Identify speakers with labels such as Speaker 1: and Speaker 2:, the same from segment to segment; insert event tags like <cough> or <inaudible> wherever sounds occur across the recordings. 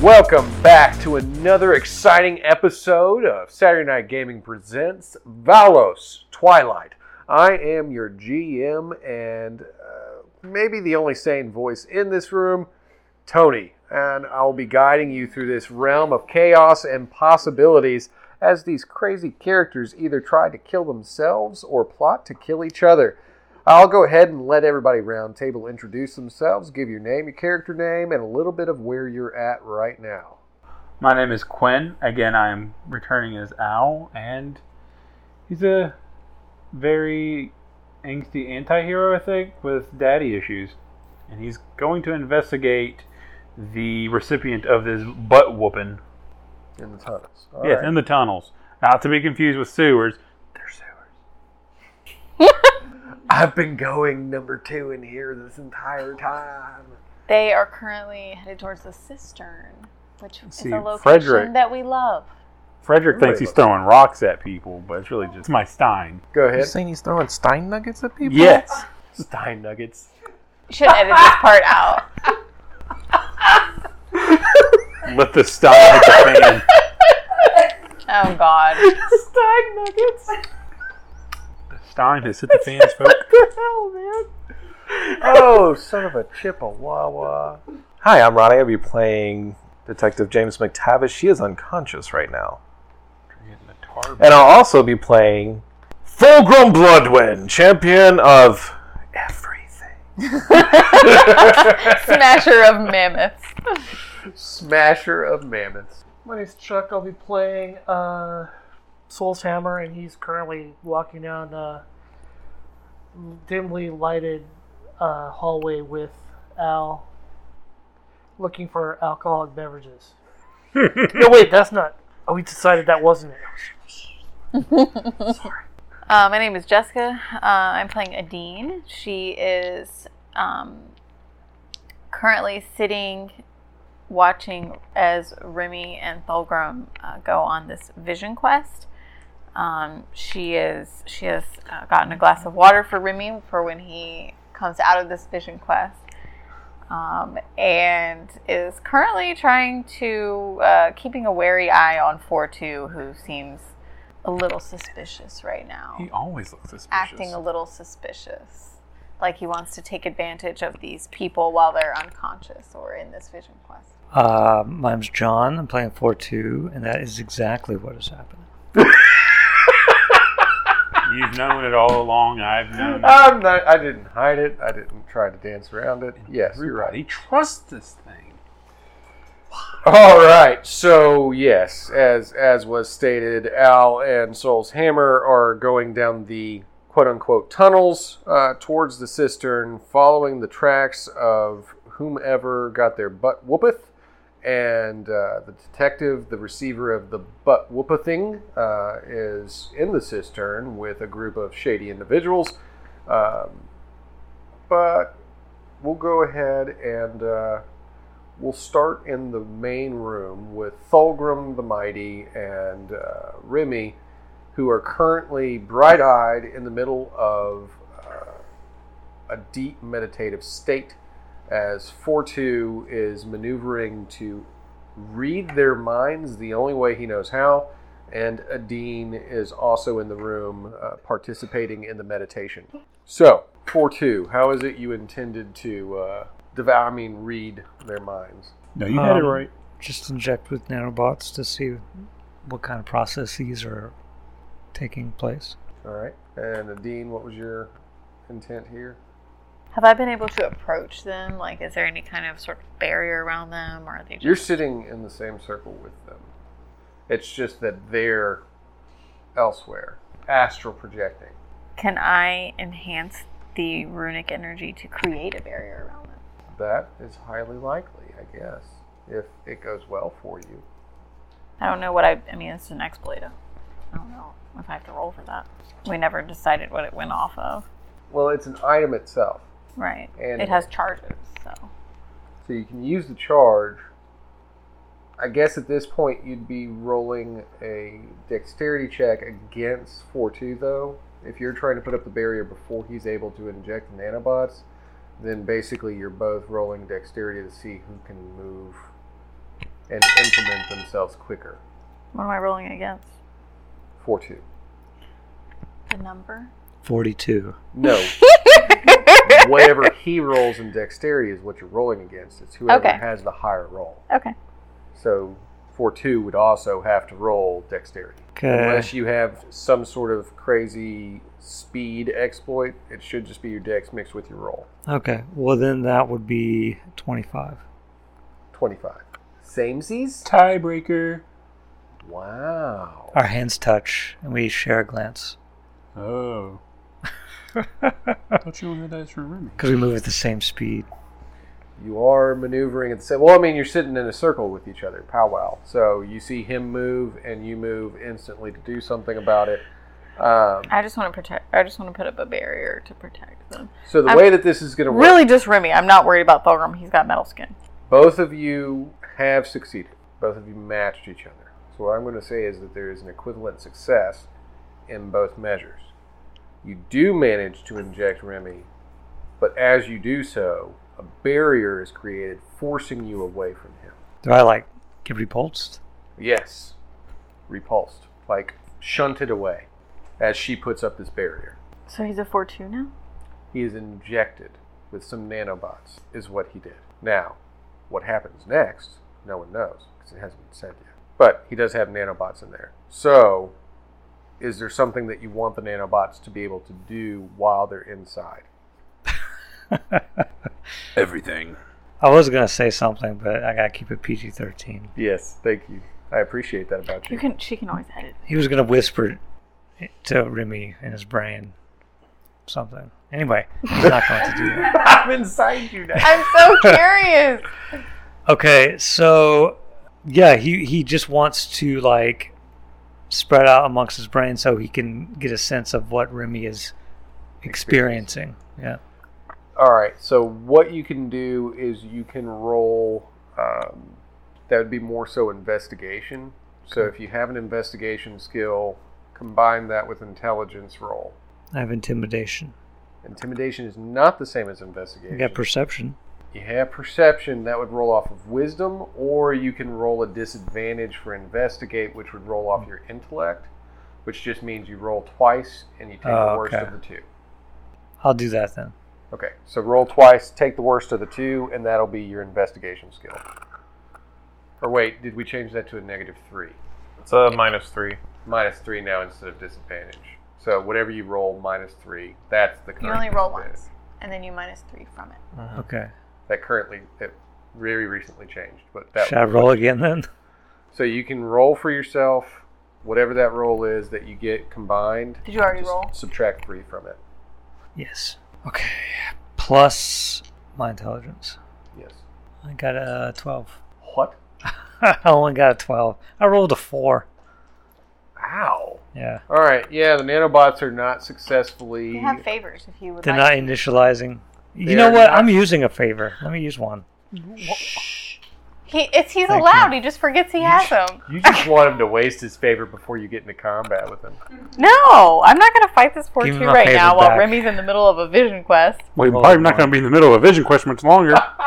Speaker 1: Welcome back to another exciting episode of Saturday Night Gaming Presents Valos Twilight. I am your GM and uh, maybe the only sane voice in this room, Tony, and I'll be guiding you through this realm of chaos and possibilities as these crazy characters either try to kill themselves or plot to kill each other. I'll go ahead and let everybody round table introduce themselves, give your name, your character name, and a little bit of where you're at right now.
Speaker 2: My name is Quinn. Again, I am returning as Al, and he's a very angsty anti-hero, I think, with daddy issues, and he's going to investigate the recipient of this butt whooping.
Speaker 1: In the tunnels. All
Speaker 2: Yes,
Speaker 1: right.
Speaker 2: in the tunnels, not to be confused with sewers. They're sewers.
Speaker 1: I've been going number two in here this entire time.
Speaker 3: They are currently headed towards the cistern, which
Speaker 2: See,
Speaker 3: is a location
Speaker 2: Frederick-
Speaker 3: that we love.
Speaker 2: Frederick
Speaker 1: Really?
Speaker 2: thinks he's throwing rocks at people, but it's really just my Stein.
Speaker 1: Go
Speaker 4: You
Speaker 1: ahead.
Speaker 4: saying he's throwing Stein nuggets at people?
Speaker 2: Yes,
Speaker 1: Stein Nuggets.
Speaker 3: You should edit this part out.
Speaker 2: let the Stein hit the fan.
Speaker 3: Oh
Speaker 2: <laughs>
Speaker 3: God.
Speaker 1: Stein Nuggets.
Speaker 2: The Stein has hit the fans, folks.
Speaker 1: the hell, man? Oh, son of a Chippewa.
Speaker 4: Hi, I'm Ronnie. I'll be playing Detective James McTavish. She is unconscious right now. And I'll also be playing Fulgrim Bloodwin, champion of everything.
Speaker 3: Smasher of mammoths.
Speaker 1: Smasher of mammoths.
Speaker 5: My name's Chuck. I'll be playing uh, Soul's Hammer, and he's currently walking down a dimly lighted uh, hallway with Al, looking for alcoholic beverages. no, wait, that's not. Oh, we decided that wasn't it.
Speaker 3: Uh, my name is Jessica. Uh, I'm playing Adine. She is um, currently sitting, watching as Remy and Thulgrim uh, go on this vision quest. Um, she is she has uh, gotten a glass of water for Remy for when he comes out of this vision quest, um, and is currently trying to uh, keeping a wary eye on Four Two, who seems a little suspicious right now
Speaker 2: <laughs> He always looks suspicious.
Speaker 3: acting a little suspicious. Like he wants to take advantage of these people while they're unconscious or in this vision quest.
Speaker 6: Uh, my name's John. I'm playing 4 2, and that is exactly what is happening.
Speaker 2: You've known it all along. I've known it.
Speaker 1: I'm not, I didn't hide it. I didn't try to dance around it. Yes, you're right.
Speaker 2: Everybody trusts this thing.
Speaker 1: All right. So yes, as as was stated, Al and Soul's hammer are going down the quote unquote tunnels uh, towards the cistern, following the tracks of whomever got their butt whoopeth, and uh, the detective, the receiver of the butt whoopething, uh, is in the cistern with a group of shady individuals. Um, but we'll go ahead and. Uh, We'll start in the main room with Thulgrim the Mighty and uh, Remy, who are currently bright eyed in the middle of uh, a deep meditative state as Fortu is maneuvering to read their minds the only way he knows how. And Adine is also in the room uh, participating in the meditation. So, Fortu, how is it you intended to uh, devour, I mean, read their minds?
Speaker 2: No,
Speaker 6: you had it Um, right. Just inject with nanobots to see what kind of processes are taking place.
Speaker 1: All right. And Adine, what was your intent here?
Speaker 3: Have I been able to approach them? Like, is there any kind of sort of barrier around them, or are they just?
Speaker 1: You're sitting in the same circle with them. It's just that they're elsewhere, astral projecting.
Speaker 3: Can I enhance the runic energy to create a barrier around them?
Speaker 1: That is highly likely, I guess, if it goes well for you.
Speaker 3: I don't know what I. I mean, it's an exploit. I don't know if I have to roll for that. We never decided what it went off of.
Speaker 1: Well, it's an item itself,
Speaker 3: Right.
Speaker 1: And-
Speaker 3: it has charges, so
Speaker 1: so you can use the charge. I guess at this point you'd be rolling a dexterity check against 4 2, though. If you're trying to put up the barrier before he's able to inject nanobots, then basically you're both rolling dexterity to see who can move and implement themselves quicker.
Speaker 3: What am I rolling against?
Speaker 1: Four two.
Speaker 3: The number?
Speaker 6: 42.
Speaker 1: No, whatever he rolls in dexterity is what you're rolling against. It's whoever
Speaker 3: Okay.
Speaker 1: has the higher roll.
Speaker 3: <laughs> okay.
Speaker 1: So four two would also have to roll dexterity.
Speaker 6: Okay.
Speaker 1: Unless you have some sort of crazy speed exploit, it should just be your dex mixed with your roll.
Speaker 6: Okay. Well, then that would be 25.
Speaker 1: 25. Samesies?
Speaker 2: Tiebreaker.
Speaker 1: Wow.
Speaker 6: Our hands touch and we share a glance
Speaker 2: Oh. I
Speaker 6: because
Speaker 2: thought you wanted dice for Remy.
Speaker 6: we move at the same speed.
Speaker 1: You are maneuvering at the same. Well, I mean, you're sitting in a circle with each other, powwow. So you see him move, and you move instantly to do something about it. Um,
Speaker 3: I just want to protect. I just want to put up a barrier to protect them.
Speaker 1: so the
Speaker 3: I'm
Speaker 1: way that this is going to work,
Speaker 3: Really, just Remy. I'm not worried about Thulgrim. He's got metal skin.
Speaker 1: both of you have succeeded. Both of you matched each other. So what I'm going to say is that there is an equivalent success in both measures. You do manage to inject Remy, but as you do so, a barrier is created, forcing you away from him.
Speaker 6: Do I like get repulsed? <laughs>
Speaker 1: Yes. Repulsed. Like shunted away as she puts up this barrier.
Speaker 3: So he's a four two now.
Speaker 1: He is injected with some nanobots, is what he did. Now, what happens next, no one knows because it hasn't been said yet. But he does have nanobots in there. So, is there something that you want the nanobots to be able to do while they're inside?
Speaker 2: Everything.
Speaker 6: I was going to say something, but I got to keep it PG 13.
Speaker 1: Yes, thank you. I appreciate that about
Speaker 3: You
Speaker 1: you.
Speaker 3: can. She can always
Speaker 1: <laughs>
Speaker 3: edit.
Speaker 6: He was going to whisper it to Remy in his brain something. Anyway, he's not going to do that. <laughs>
Speaker 1: I'm inside you now.
Speaker 3: I'm
Speaker 1: <laughs>
Speaker 3: so curious.
Speaker 6: Okay, so yeah, he he just wants to like spread out amongst his brain so he can get a sense of what Remy is experiencing. Yeah.
Speaker 1: All right. So what you can do is you can roll. Um, that would be more so investigation. So if you have an investigation skill, combine that with intelligence roll.
Speaker 6: I have intimidation.
Speaker 1: Intimidation is not the same as investigation.
Speaker 6: I got perception.
Speaker 1: you have perception that would roll off of wisdom, or you can roll a disadvantage for investigate, which would roll off your intellect, which just means you roll twice and you take
Speaker 6: Oh,
Speaker 1: the worst
Speaker 6: okay.
Speaker 1: of the two.
Speaker 6: I'll do that then.
Speaker 1: Okay, so roll twice, take the worst of the two, and that'll be your investigation skill. Or wait, did we change that to a negative three?
Speaker 4: It's a minus three.
Speaker 1: Minus three now instead of disadvantage. So whatever you roll, minus three. That's the current.
Speaker 3: You only roll
Speaker 1: disadvantage.
Speaker 3: once, and then you minus three from it.
Speaker 6: Okay.
Speaker 1: That currently, that very recently changed, but that.
Speaker 6: Should I roll again then?
Speaker 1: So you can roll for yourself, whatever that roll is that you get combined.
Speaker 3: Did you already
Speaker 1: just
Speaker 3: roll?
Speaker 1: Subtract three from it.
Speaker 6: Yes. Okay. Plus my intelligence.
Speaker 1: Yes.
Speaker 6: I got a 12.
Speaker 1: What?
Speaker 6: <laughs> I only got a 12. I rolled a 4.
Speaker 1: Ow.
Speaker 6: Yeah.
Speaker 1: All right. Yeah, the nanobots are not successfully.
Speaker 3: You have favors if you would
Speaker 6: They're
Speaker 3: like.
Speaker 6: not initializing. You
Speaker 1: They're
Speaker 6: know what?
Speaker 1: not-
Speaker 6: I'm using a favor. Let me use one.
Speaker 3: He, it's, he's
Speaker 6: Thank
Speaker 3: allowed. He just forgets he has them.
Speaker 1: You just want
Speaker 4: <laughs>
Speaker 1: him to waste his favor before you get into combat with him.
Speaker 3: No, I'm not going to fight this
Speaker 6: Give
Speaker 3: 4-2
Speaker 6: him my
Speaker 3: right
Speaker 6: favor
Speaker 3: now while
Speaker 6: back.
Speaker 3: Remy's in the middle of a vision quest.
Speaker 2: Well, you're
Speaker 6: Hold
Speaker 2: probably
Speaker 6: on.
Speaker 2: not going to be in the middle of a vision quest much <laughs> longer.
Speaker 3: <laughs>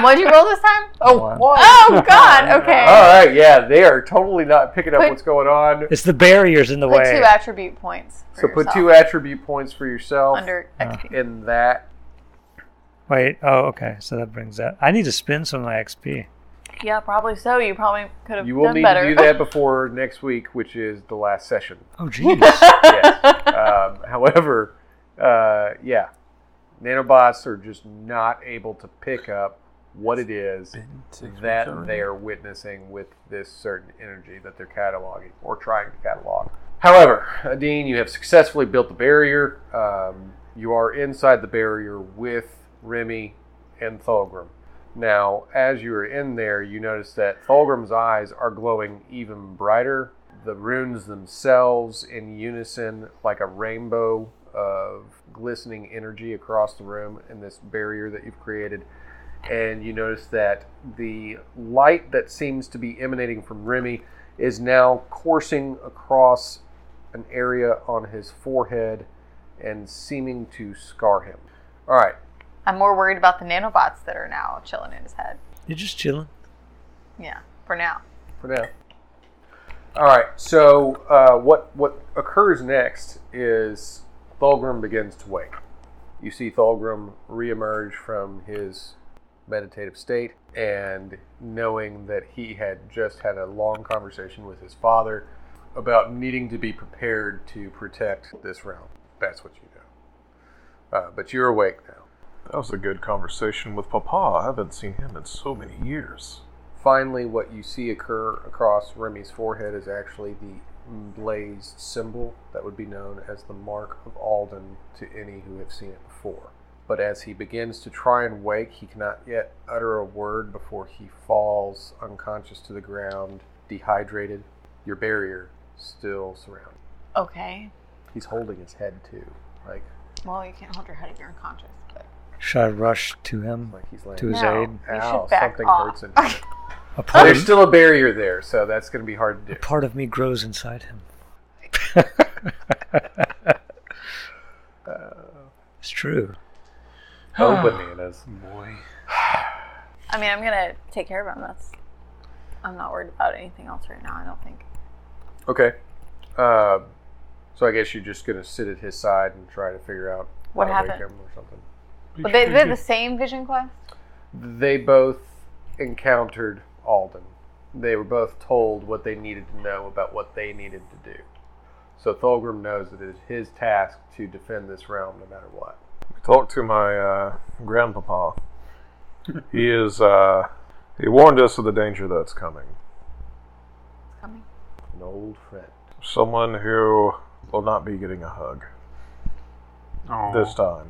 Speaker 3: What'd you roll this time?
Speaker 1: Oh,
Speaker 6: One.
Speaker 1: what?
Speaker 3: Oh,
Speaker 6: <laughs>
Speaker 3: God. Okay.
Speaker 1: All
Speaker 6: Oh,
Speaker 1: right, yeah, they are totally not picking up
Speaker 3: Put-
Speaker 1: what's going on.
Speaker 6: It's the barriers in the
Speaker 3: Put
Speaker 6: way.
Speaker 3: two attribute points. for
Speaker 1: So put
Speaker 3: yourself
Speaker 1: two attribute points for yourself
Speaker 3: under XP.
Speaker 1: in that.
Speaker 6: Wait. Oh, okay. So that brings that. I need to spend some of my XP.
Speaker 3: Yeah, probably so. You probably could have
Speaker 1: You will
Speaker 3: done
Speaker 1: need
Speaker 3: better.
Speaker 1: to do that before next week, which is the last session.
Speaker 6: Oh, geez.
Speaker 1: Yes. um, however, uh, yeah, nanobots are just not able to pick up what it is that they are witnessing with this certain energy that they're cataloging or trying to catalog. However, Adine, you have successfully built the barrier. Um, you are inside the barrier with Remy and Thulgrim. Now, as you are in there, you notice that Thulgrim's eyes are glowing even brighter. The runes themselves, in unison, like a rainbow of glistening energy across the room in this barrier that you've created and you notice that the light that seems to be emanating from Remy is now coursing across an area on his forehead and seeming to scar him. All right,
Speaker 3: <laughs> I'm more worried about the nanobots that are now chilling in his head.
Speaker 6: You're just chilling.
Speaker 3: Yeah, for now.
Speaker 1: for now. All right. So uh, what what occurs next is Thulgrim begins to wake. You see Thulgrim reemerge from his meditative state, and knowing that he had just had a long conversation with his father about needing to be prepared to protect this realm. That's what you know. Uh, but you're awake now.
Speaker 4: That was a good conversation with Papa. I haven't seen him in so many years.
Speaker 1: Finally, what you see occur across Remy's forehead is actually the blazed symbol that would be known as the Mark of Alden to any who have seen it before. But as he begins to try and wake, he cannot yet utter a word before he falls unconscious to the ground, dehydrated, your barrier still surrounding.
Speaker 3: Okay.
Speaker 1: He's holding his head too. Like
Speaker 3: Well, you can't hold your head if you're unconscious. But
Speaker 6: Should I rush to him?
Speaker 1: like he's
Speaker 6: To
Speaker 1: laying.
Speaker 6: his
Speaker 3: no,
Speaker 6: aid.
Speaker 3: you
Speaker 1: Ow,
Speaker 3: should back
Speaker 1: something
Speaker 3: off.
Speaker 1: hurts in
Speaker 3: <laughs>
Speaker 1: here.
Speaker 6: A part,
Speaker 1: There's
Speaker 6: of,
Speaker 1: still a barrier there, so that's going to be hard to do.
Speaker 6: part of me grows inside <laughs> him. it's true.
Speaker 1: Open me, it is.
Speaker 2: Boy.
Speaker 3: I mean, I'm gonna take care of him. That's. I'm not worried about anything else right now. I don't think.
Speaker 1: Okay. Uh, so I guess you're just gonna sit at his side and try to figure out
Speaker 3: What
Speaker 1: how to wake
Speaker 3: happened?
Speaker 1: him or something.
Speaker 3: But they, they're the same vision quest.
Speaker 1: They both encountered Alden. They were both told what they needed to know about what they needed to do. So Thulgrim knows that it is his task to defend this realm no matter what.
Speaker 4: Talk to my uh, <laughs> grandpapa. he is. Uh, he warned us of the danger that's coming.
Speaker 3: Coming.
Speaker 1: An old friend.
Speaker 4: Someone who will not be getting a hug
Speaker 2: Oh,
Speaker 4: this time.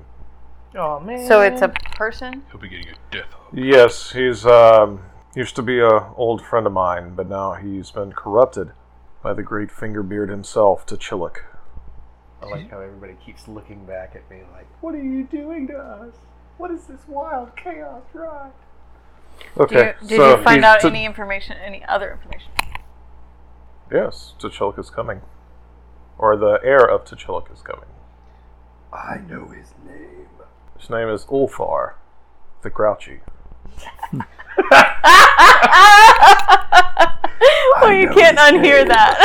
Speaker 5: Oh
Speaker 1: Mm.
Speaker 5: man.
Speaker 3: So it's a person.
Speaker 2: he'll be getting a death hug.
Speaker 4: Yes, he's um, used to be a old friend of mine, but now he's been corrupted by the great Fingerbeard himself, Tachillik.
Speaker 1: I like how everybody keeps looking back at me like, What are you doing to us? What is this wild chaos ride?
Speaker 3: Do you,
Speaker 4: Okay,
Speaker 3: did
Speaker 4: so
Speaker 3: you find
Speaker 4: he's
Speaker 3: out
Speaker 4: Ta-
Speaker 3: any information? Any other information?
Speaker 4: Yes, Tachillik is coming, or the heir of Tachillik is coming.
Speaker 1: I know his name.
Speaker 4: His name is Ulfar, the Grouchy.
Speaker 3: <laughs> well, you can't unhear that.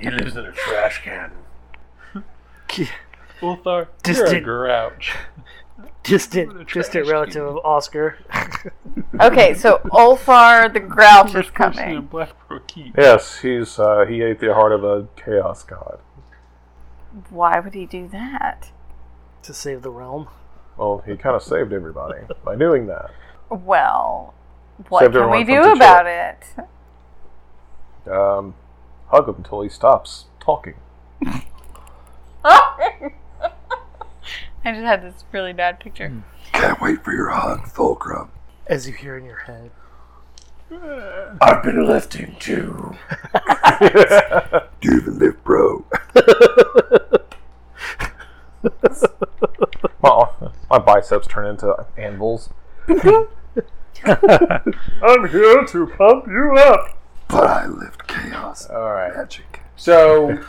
Speaker 1: He lives in a trash can.
Speaker 2: Ulthar, you're a
Speaker 6: Distant.
Speaker 2: grouch. <laughs>
Speaker 6: Distant.
Speaker 5: distant relative of Oscar.
Speaker 3: okay, so Ulfar the Grouch is
Speaker 2: Person in
Speaker 3: coming.
Speaker 2: Black Pearl Keep.
Speaker 4: Yes, he's uh, he ate the heart of a chaos god.
Speaker 3: Why would he do that?
Speaker 5: to save the realm.
Speaker 4: Well, he kind of saved everybody by doing that.
Speaker 3: Well, what
Speaker 4: Saved
Speaker 3: can
Speaker 4: everyone
Speaker 3: we
Speaker 4: from
Speaker 3: do
Speaker 4: T'Challa.
Speaker 3: about it?
Speaker 4: Um, hug him until he stops talking.
Speaker 3: I just had this really bad picture.
Speaker 7: Can't wait for your hug, Fulcrum.
Speaker 5: As you hear in your head.
Speaker 7: I've been lifting too. Do you even live, bro?
Speaker 8: <laughs>
Speaker 4: Well, my biceps turn into anvils.
Speaker 5: I'm here to pump you up.
Speaker 7: But I lift chaos.
Speaker 1: All right.
Speaker 7: Magic.
Speaker 1: So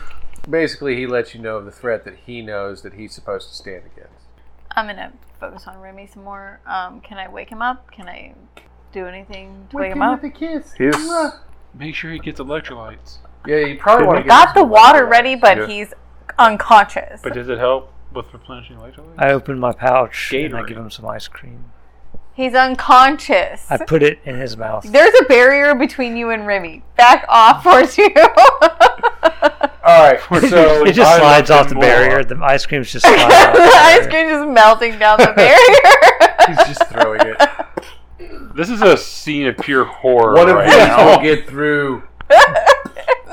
Speaker 1: basically, he lets you know of the threat that he knows that he's supposed to stand against.
Speaker 3: I'm gonna focus on Remy some more. Um, can I wake him up? Can I do anything to wake him up?
Speaker 5: kiss.
Speaker 4: He's
Speaker 2: Make sure he gets electrolytes.
Speaker 1: Yeah, you probably want to get
Speaker 3: Got the water ready, but
Speaker 4: Yeah.
Speaker 3: he's unconscious.
Speaker 2: But does it help with replenishing electrolytes?
Speaker 6: I open my pouch and I
Speaker 2: Gatorade.
Speaker 6: give him some ice cream.
Speaker 3: He's unconscious.
Speaker 6: I put it in his mouth.
Speaker 3: There's a barrier between you and Remy. Back off, <laughs> Force you.
Speaker 1: Oh
Speaker 3: <laughs> the
Speaker 1: All right. So
Speaker 6: <laughs> it just
Speaker 2: I
Speaker 6: slides
Speaker 2: love
Speaker 6: off the
Speaker 2: him
Speaker 6: barrier.
Speaker 2: more.
Speaker 6: The ice cream's
Speaker 3: <laughs>
Speaker 6: just sliding off the
Speaker 3: ice
Speaker 6: barrier.
Speaker 3: cream is
Speaker 1: <laughs>
Speaker 3: melting down the barrier.
Speaker 1: he's just throwing it.
Speaker 2: This is a scene of pure horror.
Speaker 1: One of
Speaker 2: right
Speaker 1: these
Speaker 2: now.
Speaker 1: will get through.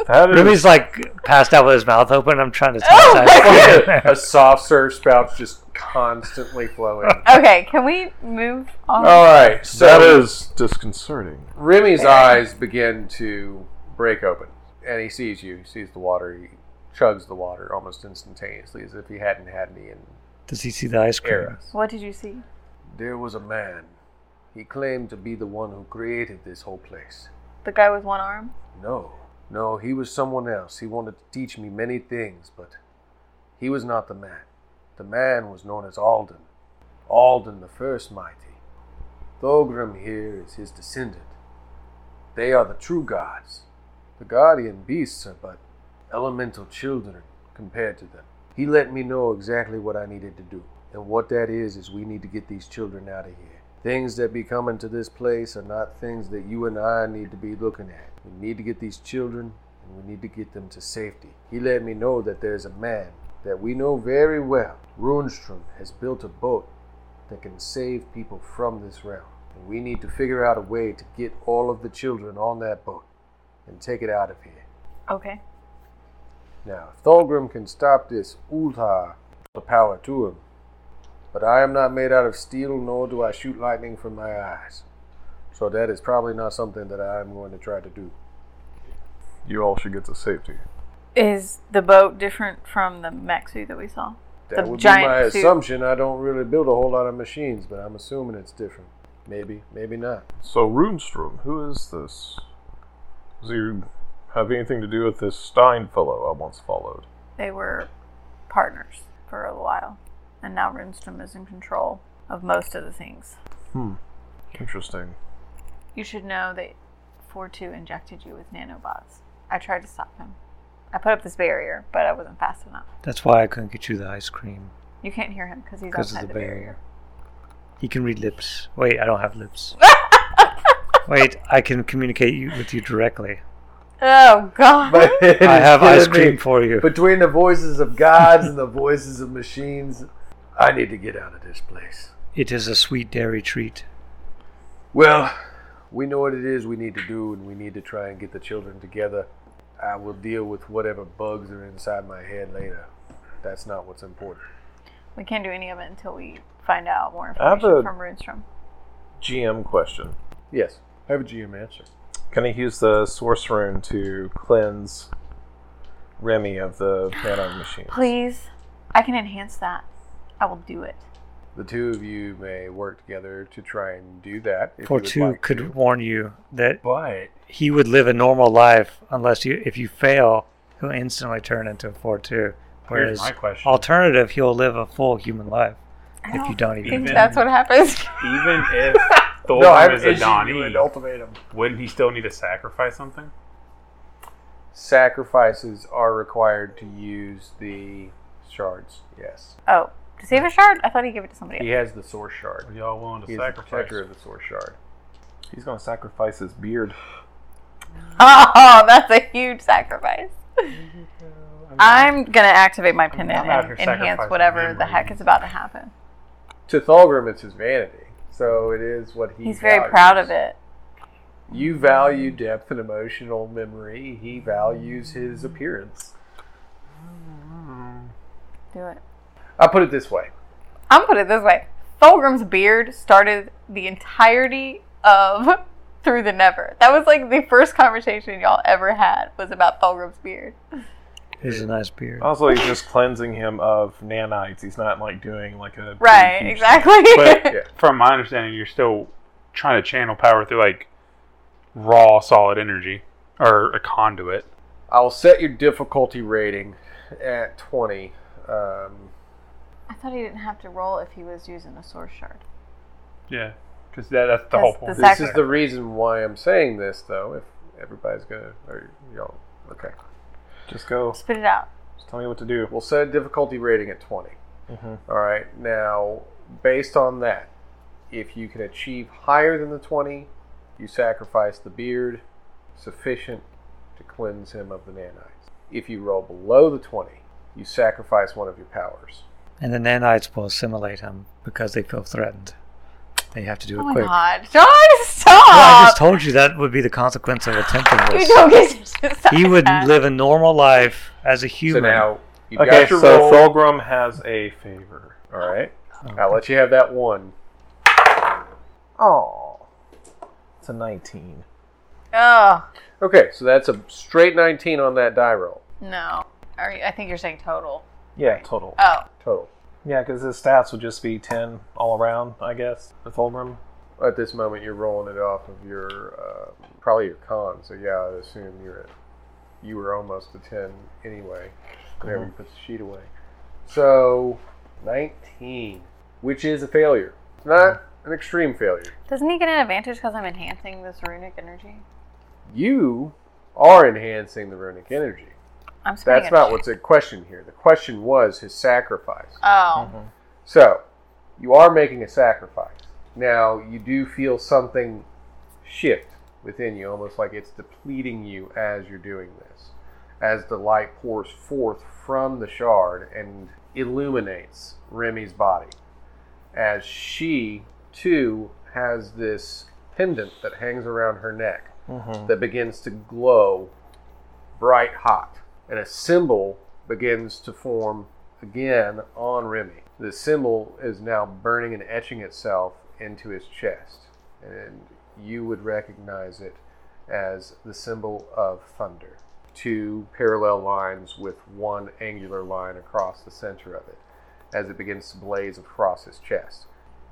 Speaker 4: that is
Speaker 6: Remy's like passed out with his mouth open. I'm trying to touch
Speaker 3: Oh
Speaker 6: ice
Speaker 3: my
Speaker 6: cream.
Speaker 1: a soft serve spout's just constantly flowing.
Speaker 3: okay, can we move
Speaker 1: <laughs>
Speaker 3: on?
Speaker 1: All right. So
Speaker 4: that is disconcerting.
Speaker 1: Remy's eyes begin to break open, and he sees you. He sees the water. He chugs the water almost instantaneously, as if he hadn't had any in
Speaker 6: Does he see the ice cream?
Speaker 1: eras.
Speaker 3: What did you see?
Speaker 1: There was a man. He claimed to be the one who created this whole place.
Speaker 3: The guy with one arm?
Speaker 1: No, no, he was someone else. He wanted to teach me many things, but he was not the man. The man was known as Alden, Alden the First Mighty. Thogrim here is his descendant. They are the true gods. The guardian beasts are but elemental children compared to them. He let me know exactly what I needed to do. And what that is, is we need to get these children out of here. Things that be coming to this place are not things that you and I need to be looking at. We need to get these children and we need to get them to safety. He let me know that there's a man that we know very well. Runstrom has built a boat that can save people from this realm. And we need to figure out a way to get all of the children on that boat and take it out of here.
Speaker 3: Okay.
Speaker 1: Now, if Thulgrim can stop this Ultar, the power to him. But I am not made out of steel, nor do I shoot lightning from my eyes. So that is probably not something that I am going to try to do.
Speaker 8: You all should get to safety.
Speaker 3: Is the boat different from the mech suit that we saw?
Speaker 1: That
Speaker 3: The
Speaker 1: would be
Speaker 3: giant
Speaker 1: my
Speaker 3: suit.
Speaker 1: assumption. I don't really build a whole lot of machines, but I'm assuming it's different. Maybe, maybe not.
Speaker 8: So, Runestrom, who is this? Does he have anything to do with this Stein fellow I once followed?
Speaker 3: They were partners for a while, and now Rimstrom is in control of most of the things.
Speaker 8: Interesting.
Speaker 3: You should know that 4 2 injected you with nanobots. I tried to stop him. I put up this barrier, but I wasn't fast enough.
Speaker 6: That's why I couldn't get you the ice cream
Speaker 3: You can't hear him because he's
Speaker 6: because of
Speaker 3: outside
Speaker 6: the
Speaker 3: the
Speaker 6: barrier. He can read lips. Wait, I don't
Speaker 3: <laughs>
Speaker 6: have lips. Wait, I can communicate you, with you directly.
Speaker 3: Oh, God.
Speaker 1: <laughs>
Speaker 6: I have ice cream for you.
Speaker 1: Between the voices of gods and the voices of machines, I need to get out of this place.
Speaker 6: It is a sweet dairy treat.
Speaker 1: Well, we know what it is we need to do, and we need to try and get the children together. I will deal with whatever bugs are inside my head later. That's not what's important.
Speaker 3: <laughs> we can't do any of it until we find out more
Speaker 8: I have
Speaker 3: information
Speaker 8: a-
Speaker 3: from Runestrom.
Speaker 8: GM question.
Speaker 1: Yes, I have a GM answer.
Speaker 8: Can I use the source rune to cleanse Remy of the nano machine?
Speaker 3: Please, I can enhance that. I will do it.
Speaker 1: The two of you may work together to try and do that. if you
Speaker 6: For
Speaker 1: would
Speaker 6: two
Speaker 1: like
Speaker 6: could
Speaker 1: to.
Speaker 6: warn you that
Speaker 2: But
Speaker 6: he would live a normal life unless you if you fail, he'll instantly turn into a four two.
Speaker 2: here's
Speaker 6: Whereas
Speaker 2: my question.
Speaker 6: alternative he'll live a full human life.
Speaker 3: I
Speaker 6: If you don't
Speaker 3: think
Speaker 6: even-
Speaker 3: that's what happens. <laughs>
Speaker 2: Even <laughs> if Thor
Speaker 1: No, I'm
Speaker 2: is a
Speaker 1: issuing you
Speaker 2: Donnie,
Speaker 1: an ultimatum.
Speaker 2: wouldn't he still need to sacrifice something?
Speaker 1: Sacrifices are required to use the shards. Yes,
Speaker 3: Oh, does he have a shard? I thought he gave it to somebody
Speaker 1: he
Speaker 3: else.
Speaker 1: has the source shard.
Speaker 2: Are y'all willing to
Speaker 1: He is the
Speaker 2: sacrifice?
Speaker 1: protector of the source shard.
Speaker 8: He's going to sacrifice his beard.
Speaker 3: <laughs> Oh, that's a huge sacrifice. I'm gonna activate my pendant
Speaker 2: I'm out
Speaker 3: and
Speaker 2: here
Speaker 3: enhance
Speaker 2: sacrificing
Speaker 3: whatever the
Speaker 2: memories.
Speaker 3: heck is about to happen.
Speaker 1: To Thulgrim, it's his vanity, so it is what he.
Speaker 3: He's very
Speaker 1: values.
Speaker 3: proud of it.
Speaker 1: You value depth and emotional memory. He values his appearance.
Speaker 3: Do it.
Speaker 1: I'll put it this way.
Speaker 3: I'm gonna put it this way: Fulgrim's beard started the entirety of <laughs> through the never. That was like the first conversation y'all ever had was about Fulgrim's beard.
Speaker 6: It is a nice beard.
Speaker 1: Oh.
Speaker 8: Also, he's just cleansing him of nanites. He's not like doing like a.
Speaker 3: Right?
Speaker 4: Mm-hmm.
Speaker 8: huge-
Speaker 3: Exactly.
Speaker 2: But from my understanding, you're still trying to channel power through like raw solid energy or a conduit.
Speaker 1: I'll set your difficulty rating at 20. Um,
Speaker 3: <laughs> I thought he didn't have to roll if he was using a source shard.
Speaker 2: Yeah, because that, that's the whole
Speaker 3: That's
Speaker 2: point.
Speaker 3: the sac-
Speaker 1: this is the reason why I'm saying this, though. If everybody's gonna, or y'all, okay.
Speaker 8: Just go.
Speaker 3: Spit it out.
Speaker 8: Just tell me what to do.
Speaker 1: We'll set a difficulty rating at 20.
Speaker 8: Mhm.
Speaker 1: All right. Now, based on that, if you can achieve higher than the 20, you sacrifice the beard sufficient to cleanse him of the nanites. If you roll below the 20, you sacrifice one of your powers.
Speaker 6: And the nanites will assimilate him because they feel threatened. They have to do it
Speaker 3: Oh my
Speaker 6: quick.
Speaker 3: god, John,
Speaker 6: Well, I
Speaker 3: stop!
Speaker 6: just told you that would be the consequence of attempting
Speaker 3: <laughs> you
Speaker 6: this.
Speaker 3: don't get to decide
Speaker 6: He would
Speaker 3: that.
Speaker 6: live a normal life as a human.
Speaker 1: So now you have
Speaker 8: Okay, so
Speaker 1: got
Speaker 8: Oh,
Speaker 1: your roll.
Speaker 8: Fulgrim has a favor.
Speaker 1: All right. I'll let you have that one.
Speaker 8: Oh, it's a 19.
Speaker 3: Oh
Speaker 1: Okay, so that's a straight 19 on that die roll
Speaker 3: no! Are you, I think you're saying total.
Speaker 8: Yeah, total.
Speaker 3: Oh,
Speaker 1: total.
Speaker 8: Yeah, because his stats would just be 10 all around, I guess, with Fulgrim.
Speaker 1: At this moment, you're rolling it off of your um probably your con. So yeah, I'd assume you're at, you were almost a ten anyway. Whenever you put the sheet away, so 19, which is a failure. It's not an extreme failure.
Speaker 3: Doesn't he get an advantage because I'm enhancing this runic energy?
Speaker 1: You are enhancing the runic energy.
Speaker 3: I'm spending
Speaker 1: That's not
Speaker 3: energy.
Speaker 1: what's at question here. The question was his sacrifice.
Speaker 3: Oh,
Speaker 1: So, you are making a sacrifice. Now, you do feel something shift within you, almost like it's depleting you as you're doing this. As the light pours forth from the shard and illuminates Remy's body. As she, too, has this pendant that hangs around her neck that begins to glow bright hot, and a symbol begins to form again on Remy. The symbol is now burning and etching itself into his chest, and you would recognize it as the symbol of thunder. Two parallel lines with one angular line across the center of it as it begins to blaze across his chest.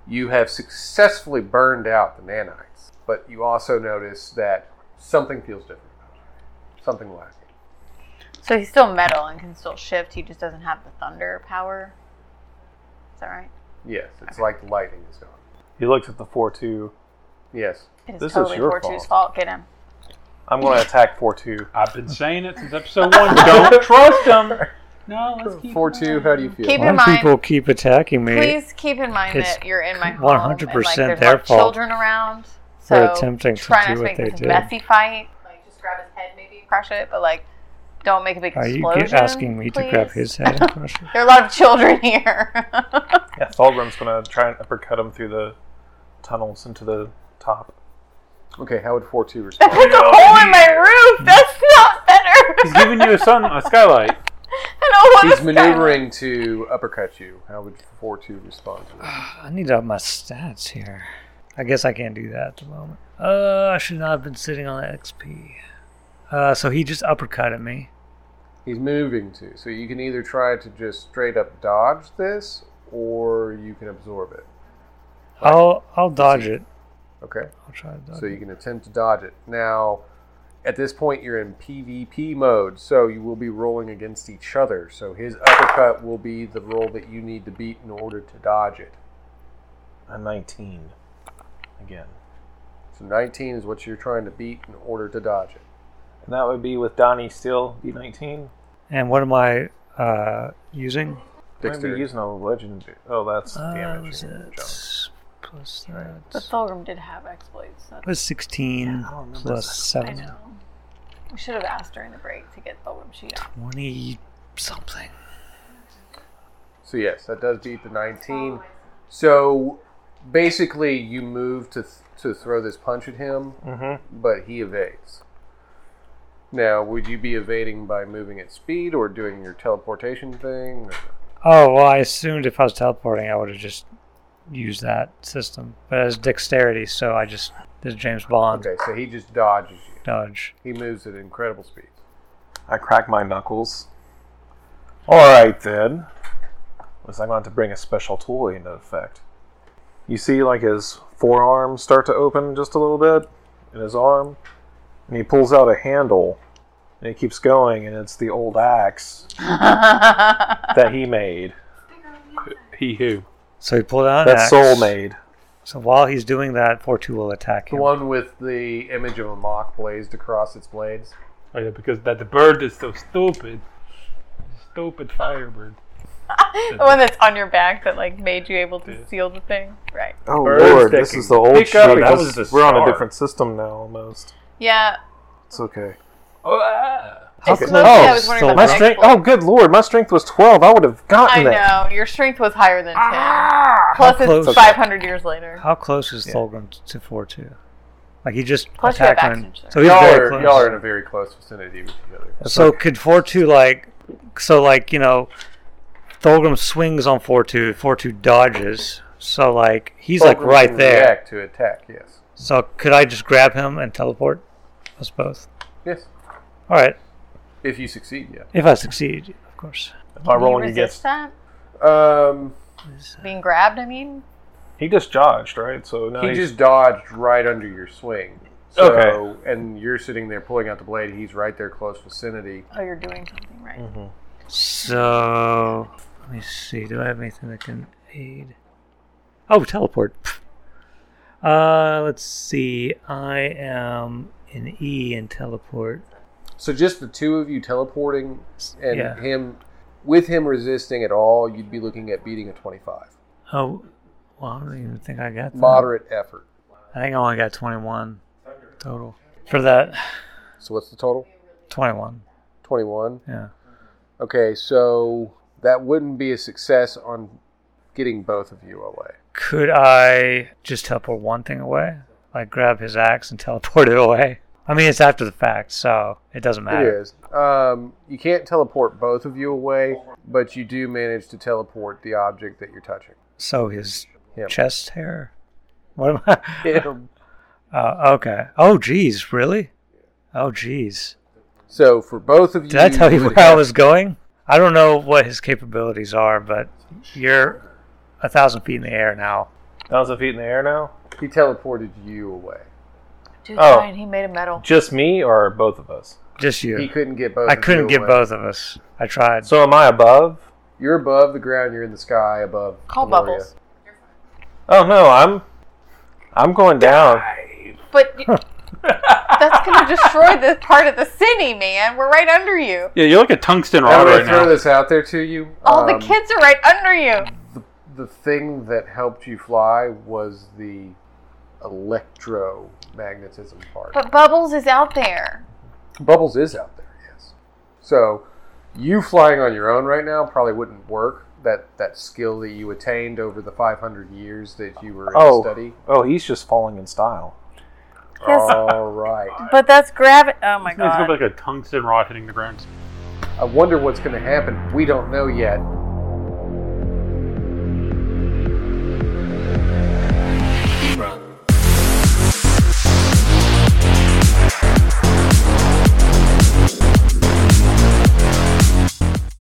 Speaker 1: You have successfully burned out the nanites, but you also notice that something feels different about you. Something lacking.
Speaker 3: so he's still metal and can still shift. He just doesn't have the thunder power. Is that right?
Speaker 1: Yes, it's like the lightning is gone.
Speaker 4: He looked at the four two.
Speaker 1: Yes.
Speaker 3: It is
Speaker 4: This is
Speaker 3: totally
Speaker 4: your
Speaker 3: Fortu's fault. Get him.
Speaker 4: I'm going to attack four
Speaker 1: <laughs>
Speaker 4: two.
Speaker 2: I've been saying it since episode <laughs> one. Don't trust him. No, let's keep.
Speaker 1: 4 2, how do you feel?
Speaker 3: Keep
Speaker 6: Why
Speaker 3: in
Speaker 6: do
Speaker 3: mind,
Speaker 6: people keep attacking me
Speaker 3: please keep in mind
Speaker 6: It's
Speaker 3: that you're in my home.
Speaker 6: 100%
Speaker 3: and, like, there's,
Speaker 6: their
Speaker 3: like,
Speaker 6: fault
Speaker 3: Children around.
Speaker 6: for
Speaker 3: So
Speaker 6: attempting to
Speaker 3: try
Speaker 6: do
Speaker 3: not to
Speaker 6: what
Speaker 3: make
Speaker 6: they
Speaker 3: this
Speaker 6: did.
Speaker 3: messy fight. Like just grab his head, maybe crush it, but like don't make a big
Speaker 6: Are you
Speaker 3: explosion.
Speaker 6: ge- asking me to grab
Speaker 3: please?
Speaker 6: his head and crush it?
Speaker 3: There are a lot of children <laughs> here.
Speaker 4: Yeah, Fulgrim's going to try and uppercut him through the tunnels into the top.
Speaker 1: <laughs> Okay, how would 4 2
Speaker 3: <laughs>
Speaker 1: respond?
Speaker 3: There's a hole in my roof. That's not better.
Speaker 2: He's giving you a sun, a skylight.
Speaker 3: <laughs> I don't want
Speaker 1: He's
Speaker 3: to
Speaker 1: maneuvering to uppercut you. How would 4 2 respond to that?
Speaker 6: I need up my stats here. I guess I can't do that at the moment. Uh, I should not have been sitting on that XP. Uh, so he just uppercutted me.
Speaker 1: <sighs> He's moving to. So you can either try to just straight up dodge this, or you can absorb it.
Speaker 6: I'll I'll dodge it.
Speaker 1: Okay?
Speaker 6: I'll try to dodge.
Speaker 1: So
Speaker 6: it.
Speaker 1: you can attempt to dodge it. Now, at this point, you're in PvP mode, so you will be rolling against each other. So his uppercut will be the roll that you need to beat in order to dodge it.
Speaker 4: A 19. Again.
Speaker 1: So 19 is what you're trying to beat in order to dodge it.
Speaker 4: And that would be with Donnie still D19.
Speaker 6: And what am I uh, using?
Speaker 4: I'm be
Speaker 1: Dexterity.
Speaker 4: using a legend. Oh, that's
Speaker 6: Uh,
Speaker 4: damage.
Speaker 6: was it plus
Speaker 3: But
Speaker 6: that?
Speaker 3: Fulgrim did have exploits. That's,
Speaker 6: Plus sixteen
Speaker 4: Yeah, I don't remember
Speaker 6: plus
Speaker 3: I
Speaker 6: seven.
Speaker 3: know. We should have asked during the break to get Fulgrim sheet
Speaker 6: <laughs>
Speaker 3: on.
Speaker 6: Twenty something.
Speaker 1: So yes, that does beat the 19. So basically, you move to th- to throw this punch at him,
Speaker 6: Mm-hmm.
Speaker 1: but he evades. Now, would you be evading by moving at speed or doing your teleportation thing?
Speaker 6: Oh well, I assumed if I was teleporting, I would have just used that system. But as dexterity, so I just did a James Bond
Speaker 1: Okay, so he just dodges you.
Speaker 6: dodge.
Speaker 1: He moves at incredible speed.
Speaker 4: I crack my knuckles. Alright then. Unless I'm going to bring a special tool into effect. You see, like, his forearm start to open just a little bit in his arm. And he pulls out a handle. And it keeps going, and it's the old
Speaker 3: <laughs>
Speaker 4: axe that he made.
Speaker 2: He who?
Speaker 6: So he pulled out an
Speaker 4: That
Speaker 6: axe.
Speaker 4: soul made.
Speaker 6: So while he's doing that, Fortu will attack
Speaker 1: The
Speaker 6: him.
Speaker 1: one with the image of a mock blazed across its blades.
Speaker 2: Oh yeah, because that the bird is so stupid. Stupid firebird.
Speaker 3: the one that's on your back that like made you able to seal the thing. Right.
Speaker 4: Oh
Speaker 1: Birds
Speaker 4: lord,
Speaker 1: that
Speaker 4: this
Speaker 1: can
Speaker 4: is the old
Speaker 1: pick up
Speaker 4: shit.
Speaker 1: and
Speaker 4: This-
Speaker 1: was the
Speaker 4: we're on a
Speaker 1: star.
Speaker 4: different system now, almost.
Speaker 3: Yeah.
Speaker 4: It's okay.
Speaker 6: Oh, ah!
Speaker 3: It's
Speaker 4: Okay.
Speaker 3: mostly I was wondering
Speaker 6: so
Speaker 3: about
Speaker 4: My
Speaker 3: the
Speaker 4: strength.
Speaker 3: exploit.
Speaker 4: Oh, good lord, my strength was twelve. I would have gotten
Speaker 3: I
Speaker 4: that.
Speaker 3: know. Your strength was higher than 10. Plus,
Speaker 6: How close-
Speaker 3: it's 500 years later.
Speaker 6: How close is Fulgrim to Fortu? Like he just
Speaker 3: Plus you have
Speaker 6: attacked him.
Speaker 3: action, sir.
Speaker 6: So he's
Speaker 1: Y'all
Speaker 6: very
Speaker 1: are,
Speaker 6: close.
Speaker 1: y'all are in a very close vicinity with each other.
Speaker 6: So could Fortu like so like, you know, Thulgrim swings on Fortu, Fortu dodges. So like he's like
Speaker 1: Fulgrim
Speaker 6: right
Speaker 1: can
Speaker 6: there.
Speaker 1: React to attack, yes.
Speaker 6: So could I just grab him and teleport us both?
Speaker 1: Yes.
Speaker 6: All right,
Speaker 1: If you succeed, yeah.
Speaker 6: if I succeed, of course.
Speaker 4: Am I
Speaker 3: Can you
Speaker 4: rolling
Speaker 3: resist
Speaker 4: against?
Speaker 3: that?
Speaker 1: Um,
Speaker 3: Being grabbed, I mean?
Speaker 4: He just dodged, right? So now
Speaker 1: he
Speaker 4: he's,
Speaker 1: just dodged right under your swing. So,
Speaker 4: Okay.
Speaker 1: And you're sitting there pulling out the blade. He's right there, close vicinity.
Speaker 3: Oh, you're doing something right.
Speaker 6: So Let me see. Do I have anything that can aid? Oh, teleport. <laughs> Uh, let's see. I am an E in teleport.
Speaker 1: So just the two of you teleporting and
Speaker 6: Yeah.
Speaker 1: him with him resisting at all, you'd be looking at beating a 25.
Speaker 6: Oh, well, I don't even think I got that.
Speaker 1: Moderate effort.
Speaker 6: I think I only got 21 total for that.
Speaker 1: So what's the total?
Speaker 6: 21.
Speaker 1: 21.
Speaker 6: Yeah.
Speaker 1: Okay, so that wouldn't be a success on getting both of you away.
Speaker 6: Could I just teleport one thing away? Like grab his axe and <laughs> teleport it away? I mean, it's after the fact, so it doesn't matter.
Speaker 1: It is. Um, you can't teleport both of you away, but you do manage to teleport the object that you're touching.
Speaker 6: So his
Speaker 1: Him.
Speaker 6: chest hair. What am I? <laughs>
Speaker 1: Him.
Speaker 6: Uh, okay. Oh, geez, really? Oh, geez.
Speaker 1: <laughs> So for both of you,
Speaker 6: Did I tell you
Speaker 1: would
Speaker 6: where I
Speaker 1: have-
Speaker 6: was going? I don't know what his capabilities are, but you're a thousand feet in the air now.
Speaker 4: Thousand feet in the air now.
Speaker 1: He teleported you away.
Speaker 3: Dude,
Speaker 4: Oh.
Speaker 3: fine, he made a medal.
Speaker 4: Just me or both of us?
Speaker 6: Just
Speaker 1: He
Speaker 6: you.
Speaker 1: couldn't get both.
Speaker 6: I
Speaker 1: of
Speaker 6: couldn't
Speaker 1: you
Speaker 6: get
Speaker 1: away.
Speaker 6: both of us. I tried.
Speaker 4: So am I above?
Speaker 1: You're above the ground. You're in the sky above.
Speaker 3: Call
Speaker 1: Gloria.
Speaker 3: bubbles.
Speaker 4: Oh no, I'm I'm going down.
Speaker 3: But y- <laughs> that's gonna destroy this part of the city, man. We're right under you.
Speaker 2: Yeah, you look at Tungsten
Speaker 1: I'm
Speaker 2: Rod
Speaker 1: going
Speaker 2: right
Speaker 1: to throw
Speaker 2: now.
Speaker 1: this out there to you.
Speaker 3: All
Speaker 1: Um,
Speaker 3: the kids are right under you.
Speaker 1: The thing that helped you fly was the electromagnetism part.
Speaker 3: But Bubbles is out there.
Speaker 1: Bubbles is out there, yes. So you flying on your own right now probably wouldn't work. That that skill that you attained over the 500 years that you were in
Speaker 4: Oh.
Speaker 1: study.
Speaker 4: Oh, he's just falling in style.
Speaker 3: Yes,
Speaker 1: All right.
Speaker 3: but that's gravity. Oh my
Speaker 2: It's gonna
Speaker 3: god.
Speaker 2: be like a tungsten rod hitting the ground.
Speaker 1: I wonder what's going to happen. We don't know yet.